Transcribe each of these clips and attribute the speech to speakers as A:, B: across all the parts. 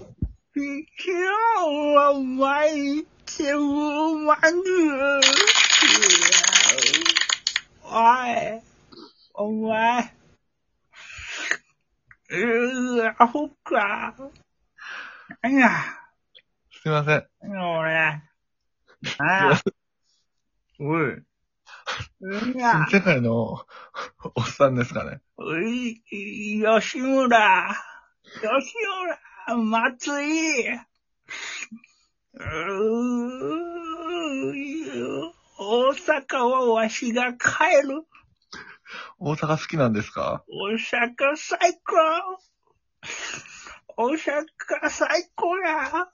A: 今日は毎日をまる。おい、お前、うー、アホか。なんや、
B: すいません。
A: 俺。なあ、おい。なんや、
B: 世界の おおっさんですかね。
A: おい、吉村、吉村、松井。うー、大阪はわしが帰る。
B: 大阪好きなんですか
A: 大阪最高大阪最高や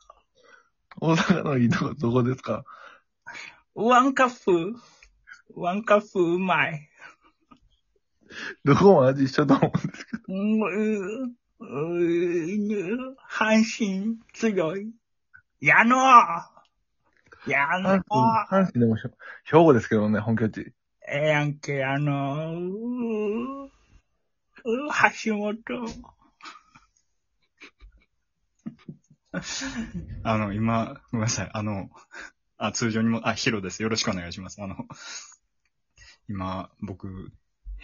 B: 大阪のいいとこどこですか
A: ワンカップワンカップうまい。
B: どこも味一緒と思うんですけど。
A: うんうんうん阪神強い。矢野矢
B: 阪
A: 野
B: 神、阪神でもしょ兵庫ですけどね、本拠地。
A: ええやんけ、あのうー橋本。
C: あの、今、ごめんなさい。あの、あ、通常にも、あ、ヒロです。よろしくお願いします。あの、今、僕、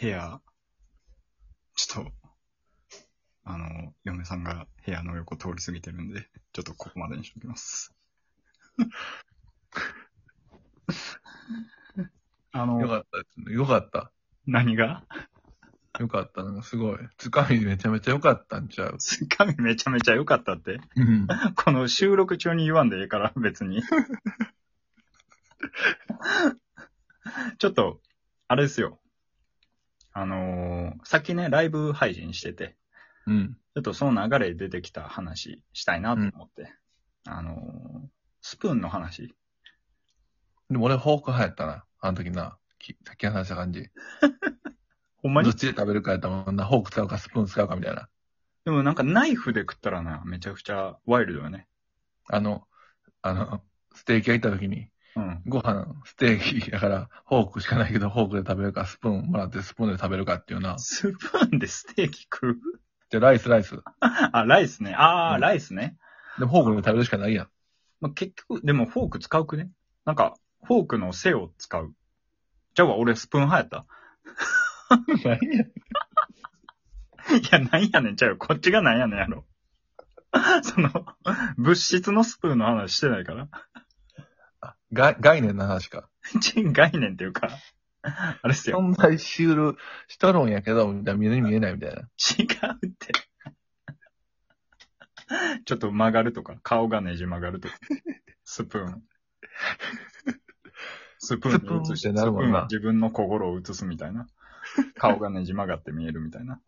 C: 部屋、ちょっと、あの、嫁さんが部屋の横通り過ぎてるんで、ちょっとここまでにしときます。あ
B: よ
C: の、
B: かったですね。よかった。
C: 何が
B: よかった。なんかすごい。つかみめちゃめちゃよかったんちゃう。
C: つかみめちゃめちゃ良かったって。
B: うん。
C: この収録中に言わんでええから、別に。ちょっと、あれですよ。あのーさっきね、ライブ配信してて、
B: うん。
C: ちょっとその流れで出てきた話したいなと思って。あのースプーンの話。
B: でも俺フォーク派やったな。あの時な。きさっき話した感じ。
C: ほんま
B: ど
C: に
B: っちで食べるかやったもんな。フォーク使うかスプーン使うかみたいな。
C: でもなんかナイフで食ったらな、めちゃくちゃワイルドよね。
B: あの、あの、ステーキ屋行った時に、
C: うん。
B: ご飯、ステーキだから、フォークしかないけど、フォークで食べるか、スプーンもらってスプーンで食べるかっていうな。
C: スプーンでステーキ食う
B: で、ライス、ライス。
C: あ、ライスね。あー、
B: うん
C: ライスね。
B: で、フォークで食べるしかないやん。
C: まあ、結局、でもフォーク使うくねなんか、フォークの背を使う。じゃあ俺スプーン派やっ
B: ないやん。
C: た いや、なんやねん、ちゃうよ。こっちがなんやねんやろ。 その、物質のスプーンの話してないから。
B: が概念の話か。
C: 人概念っていうか、 あれっすよ。
B: 存在しうる、しとるんやけど、みたいな目に見えないみたいな。
C: 違うって。 ちょっと曲がるとか、顔がねじ曲がるとか。スプ ーン。スプーンに映して、
B: スプーンって
C: スプ
B: なるもん
C: ーン
B: な
C: は自分の心を映すみたいな。顔がねじ曲がって見えるみたいな。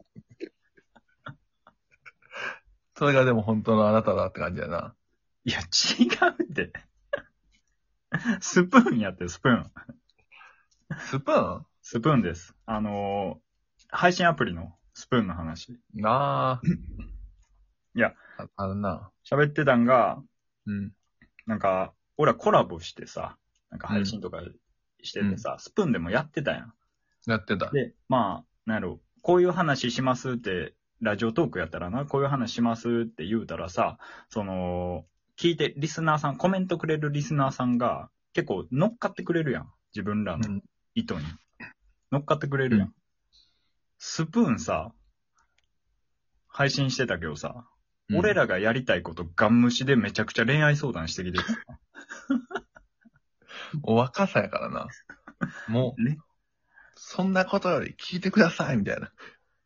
B: それがでも本当のあなただって感じやな。
C: いや、違うって。スプーンやって、スプーン。
B: スプーン
C: スプーンです。あのー配信アプリのスプーンの話。
B: なあ。
C: いや
B: あ。あのな。
C: 喋ってたんが、
B: うん。
C: なんか、俺らコラボしてさ、なんか配信とかしててさ、スプーンでもやってたやん。
B: やってた。
C: で、まあ、なんやろ、こういう話しますって、ラジオトークやったらな、こういう話しますって言うたらさ、その、聞いて、リスナーさん、コメントくれるリスナーさんが、結構乗っかってくれるやん。自分ら
B: う
C: の
B: ん。
C: 糸に。乗っかってくれるやん。
B: う
C: スプーンさ、配信してたけどさ、俺らがやりたいことガン無視でめちゃくちゃ恋愛相談してきて る。
B: うん。お若さやからな。もう、
C: ね
B: そんなことより聞いてください、みたいな。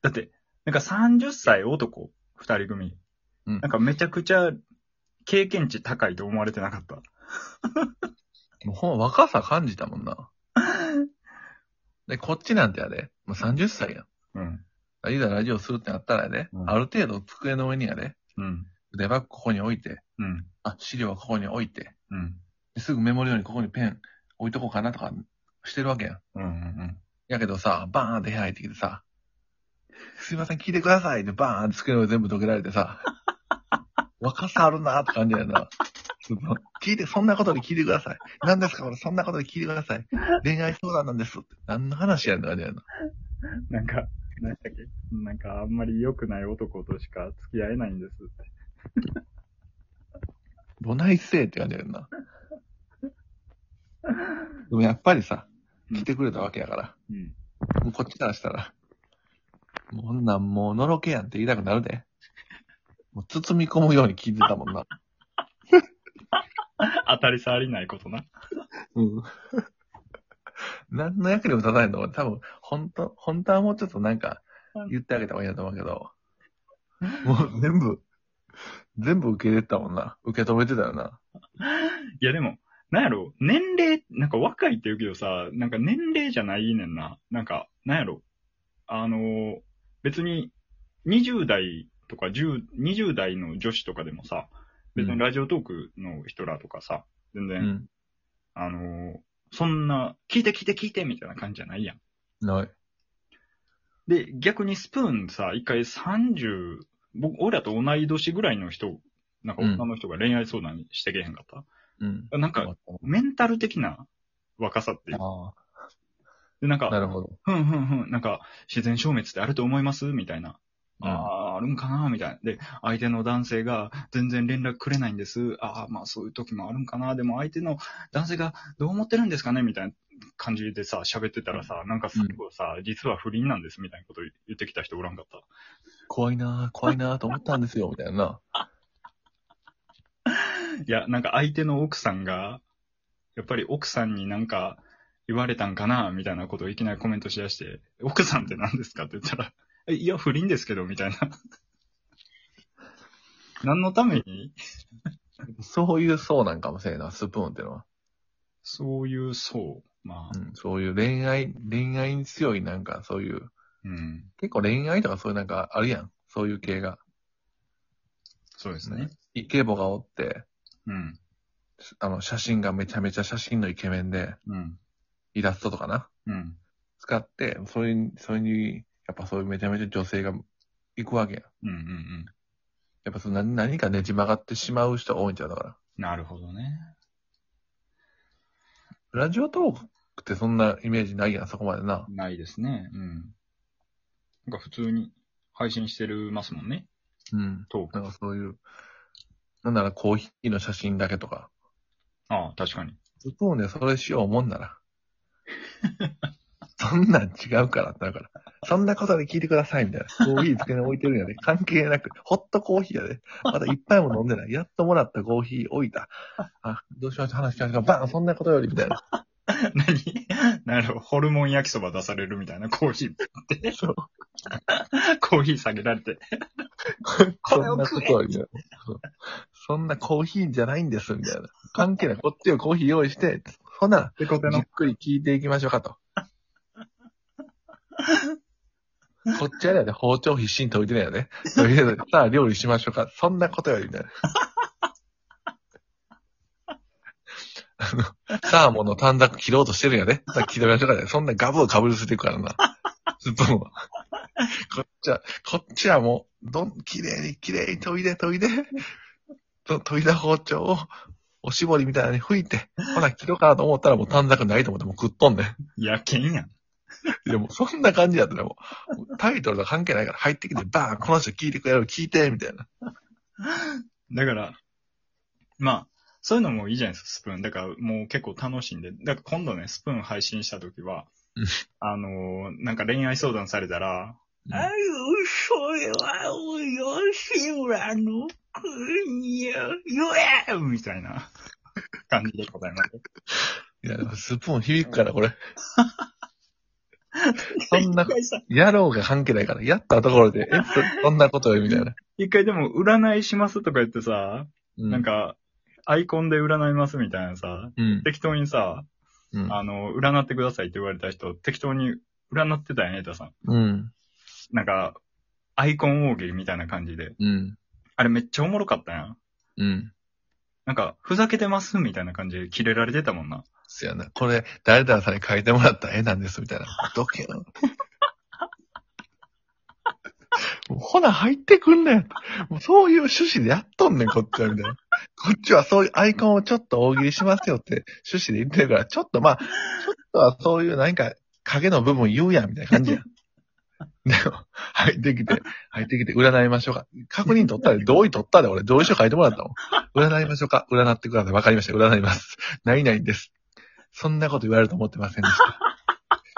C: だって、なんか30歳男、二人組。
B: うん
C: なんかめちゃくちゃ経験値高いと思われてなかった。
B: もうほんま若さ感じたもんな。 で、こっちなんてやで。もう30歳やん。
C: うん。
B: いざラジオするってなったらやで、
C: うん
B: ある程度机の上にやで、
C: うん。
B: デバッグここに置いて、
C: うん。
B: あ、資料はここに置いて、
C: うん。
B: ですぐメモるようにここにペン置いとこうかなとかしてるわけやん。
C: うん。うん。
B: やけどさ、バーンって部屋入ってきてさ、すいません、聞いてくださいってバーンって机の上全部どけられてさ、若さあるなーって感じやな。その聞いて、そんなことで聞いてください。何ですか俺、そんなことで聞いてください。恋愛相談なんですって。何の話やねんって感じやな。
C: なんか、何だっけなんかあんまり良くない男としか付き合えないんですって。
B: どないせえって感じやけどな。でもやっぱりさ、
C: うん
B: 来てくれたわけやから、
C: うん。
B: もうこっちからしたら、もうこんなんもうのろけやんって言いたくなるで。もう包み込むように聞いてたもんな。
C: 当たり障りないことな。
B: うん。 何の役にも立たないと思う。多分、本当本当はもうちょっとなんか
C: うん、
B: 言ってあげた方がいいなと思うけど、もう全部、全部受け入れてたもんな。受け止めてたよな。
C: いやでも、なんやろ、年齢、なんか若いって言うけどさ、なんか年齢じゃないねんな。なんか、なんやろ、あのー別に、20代とか10、20代の女子とかでもさ、別にラジオトークの人らとかさ、全
B: う
C: 然、
B: ん。
C: あのーそんな、聞いて聞いて聞いてみたいな感じじゃないやん。
B: ない。
C: で、逆にスプーンさ、一回30、僕、俺らと同い年ぐらいの人、なんか女の人が恋愛相談してけへんかった、
B: うん。
C: なんか、メンタル的な若さっていう。
B: あ
C: で、なん
B: あ、な
C: か、
B: るほど。
C: ふんふんふん、なんか、自然消滅ってあると思いますみたいな。
B: うん
C: ああ、あるんかなみたいな。で、相手の男性が全然連絡くれないんです。ああ、まあそういう時もあるんかなでも相手の男性がどう思ってるんですかねみたいな感じでさ、喋ってたらさ、なんか最後さ、実は不倫なんですみたいなこと言ってきた人おらんかった。
B: 怖いなぁ、怖いなぁと思ったん ですよ、みたいな。
C: いや、なんか相手の奥さんが、やっぱり奥さんになんか言われたんかなみたいなことをいきなりコメントしだして、奥さんって何ですかって言ったら、えいや、不倫ですけど、みたいな。何のために
B: そういう層なんかもしれんな、スプーンってのは。
C: そういう層。ま
B: う
C: あ、
B: ん、そういう恋愛、恋愛に強いなんか、そういう、
C: うん。
B: 結構恋愛とかそういうなんかあるやん。そういう系が。
C: そうですね。
B: イケボがおって、
C: うん。
B: あの、写真がめちゃめちゃ写真のイケメンで、
C: うん。
B: イラストとかな、
C: うん。
B: 使って、それに、それに、やっぱそういうめちゃめちゃ女性が行くわけやん。
C: うん。うん。うん。
B: やっぱその何何かねじ曲がってしまう人が多いんちゃうだから。
C: なるほどね。
B: ラジオトークってそんなイメージないやん、そこまでな。
C: ないですね。うん。なんか普通に配信してるますもんね。
B: うん。
C: トーク。
B: なんかそういう、なんならコーヒーの写真だけとか。
C: ああ、確かに。
B: スプーンでそれしようもんな ら。そんなん違うからってなるから。そんなことで聞いてくださいみたいな。コーヒー付けに置いてるんやで。 関係なく。ホットコーヒーやで。まだ一杯も飲んでない。やっともらったコーヒー置いた。あ、どうしましょう話しましょう。バンそんなことよりみたいな。
C: 何なるほど。ホルモン焼きそば出されるみたいなコーヒーって。
B: そう
C: コーヒー下げられて。
B: そんなことよりみたいな。そうそんなコーヒーじゃないんです、みたいな。関係ない。こっちをコーヒー用意して、そんなら
C: でこて
B: じ
C: の
B: っ。くり聞いていきましょうかと。こっちあれやで、包丁必死に研いでないよね。研いでないさあ、料理しましょうか。そんなことよりね。あの、サーモンの短冊切ろうとしてるんやね。さあ、切りましょうかね。そんなガブをかぶりついていくからな。スプーンは。こっちは、こっちはもう、どん、綺麗に綺麗に研いで研いで、と研いだ包丁を、おしぼりみたいなのに吹いて、ほな、切ろうかなと思ったらもう短冊ないと思ってもう食っとんね ん。
C: やけんやん。
B: いやもうそんな感じやったらもう、タイトルとか関係ないから入ってきて、バーン、この人聞いてくれる、聞いて、みたいな。
C: だから、まあ、そういうのもいいじゃないですか、スプーン。だからもう結構楽しんで。だから今度ね、スプーン配信した時は
B: うん、
C: あのーなんか恋愛相談されたら、
B: うん
A: 哎呦，所以啊，我有心软奴，可你有
C: えーみたいな感じでございます。
B: いや、でもスプーン響くから、 これ。そんな
C: 一、回さ、
B: やろうが関係ないから、やったところで、えっと、そんなことよ、みたいな。
C: 一回でも占いしますとか言ってさ、
B: う
C: なん、か、アイコンで占いますみたいなさ、
B: うん。
C: 適当にさ、
B: うん。
C: あの、占ってくださいって言われた人、適当に占ってたよね、たさん。
B: うん。
C: なんか、アイコン大喜利みたいな感じで。
B: うん。
C: あれめっちゃおもろかったやん。
B: うん。
C: なんか、ふざけてますみたいな感じでキレられてたもんな。
B: そやな。これ、誰々さんに描いてもらった絵なんです、みたいな。どけよ。 もうほな、入ってくんなよ。もうそういう趣旨でやっとんねん、こっちは、みたいな。こっちはそういうアイコンをちょっと大喜利しますよって趣旨で言ってるから、ちょっとまあ、ちょっとはそういうなんか影の部分言うやん、みたいな感じやん。で入ってきて、入ってきて、占いましょうか。確認取ったで、同意取ったで、俺、同意書書いてもらったもん。占いましょうか。占ってください。わかりました。占います。ないないです。そんなこと言われると思ってませんで した。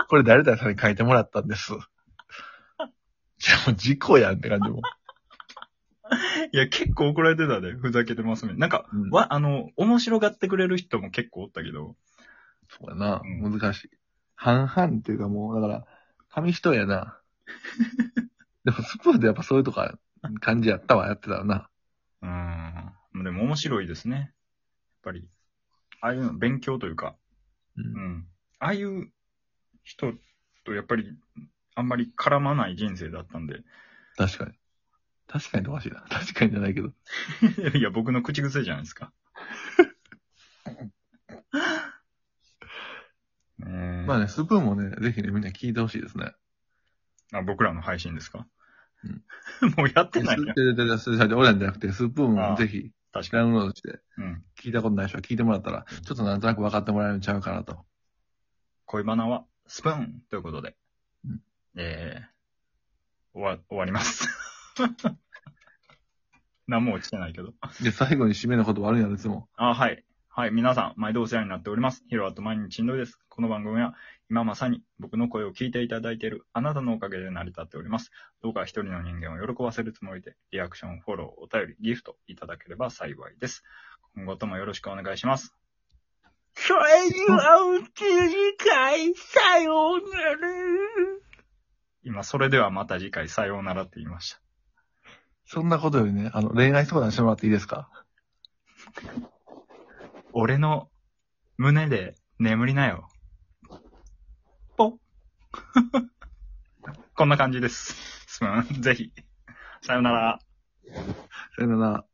B: これ誰々さんに書いてもらったんです。じゃあもう事故やんって感じも。
C: いや、結構怒られてたで、ふざけてますね。なんか、
B: うん
C: わ、あの、面白がってくれる人も結構おったけど、
B: そうやな。
C: う
B: 難しい。半々っていうかもう、だから、紙一重や な。でも、スプーンでやっぱそういうとか、感じやったわ、やってたわな。
C: うーん。でも面白いですね。やっぱり、ああいうの勉強というか、
B: う。
C: うんん。ああいう人とやっぱり、あんまり絡まない人生だったんで、
B: 確かに。確かにっておかしいな。確かにじゃないけど。
C: いや、僕の口癖じゃないですか。 ねえ
B: まあね、スプーンもね、ぜひね、みんな聞いてほしいですね。
C: あ僕らの配信ですか、 もうやってないやん。
B: で、で、で、それじゃ俺らじゃなくて、スプーンをぜひ、
C: 確か
B: ダ
C: に。
B: ウンロードして、
C: うん。
B: 聞いたことない人は聞いてもらったら、ちょっとなんとなく分かってもらえるんちゃうかなと。
C: 恋バナはスプーンということで。
B: うん
C: えー、終わ、終わります。 何も落ちてないけど。
B: で、最後に締めの言葉あるんやろ、いつも。
C: あ、はい。はい。皆さん、毎度お世話になっております。ヒロアット毎日しんどいです。この番組は、今まさに僕の声を聞いていただいているあなたのおかげで成り立っております。どうか一人の人間を喜ばせるつもりで、リアクション、フォロー、お便り、ギフトいただければ幸いです。今後ともよろしくお願いします。
A: それでは、うち次回、さようなら。
C: 今、それではまた次回、さようならって言いました。
B: そんなことよりね、あの、恋愛相談してもらっていいですか
C: 俺の胸で眠りなよ。ぽ んこんな感じです。すまん。ぜひ。さよなら。
B: さよなら。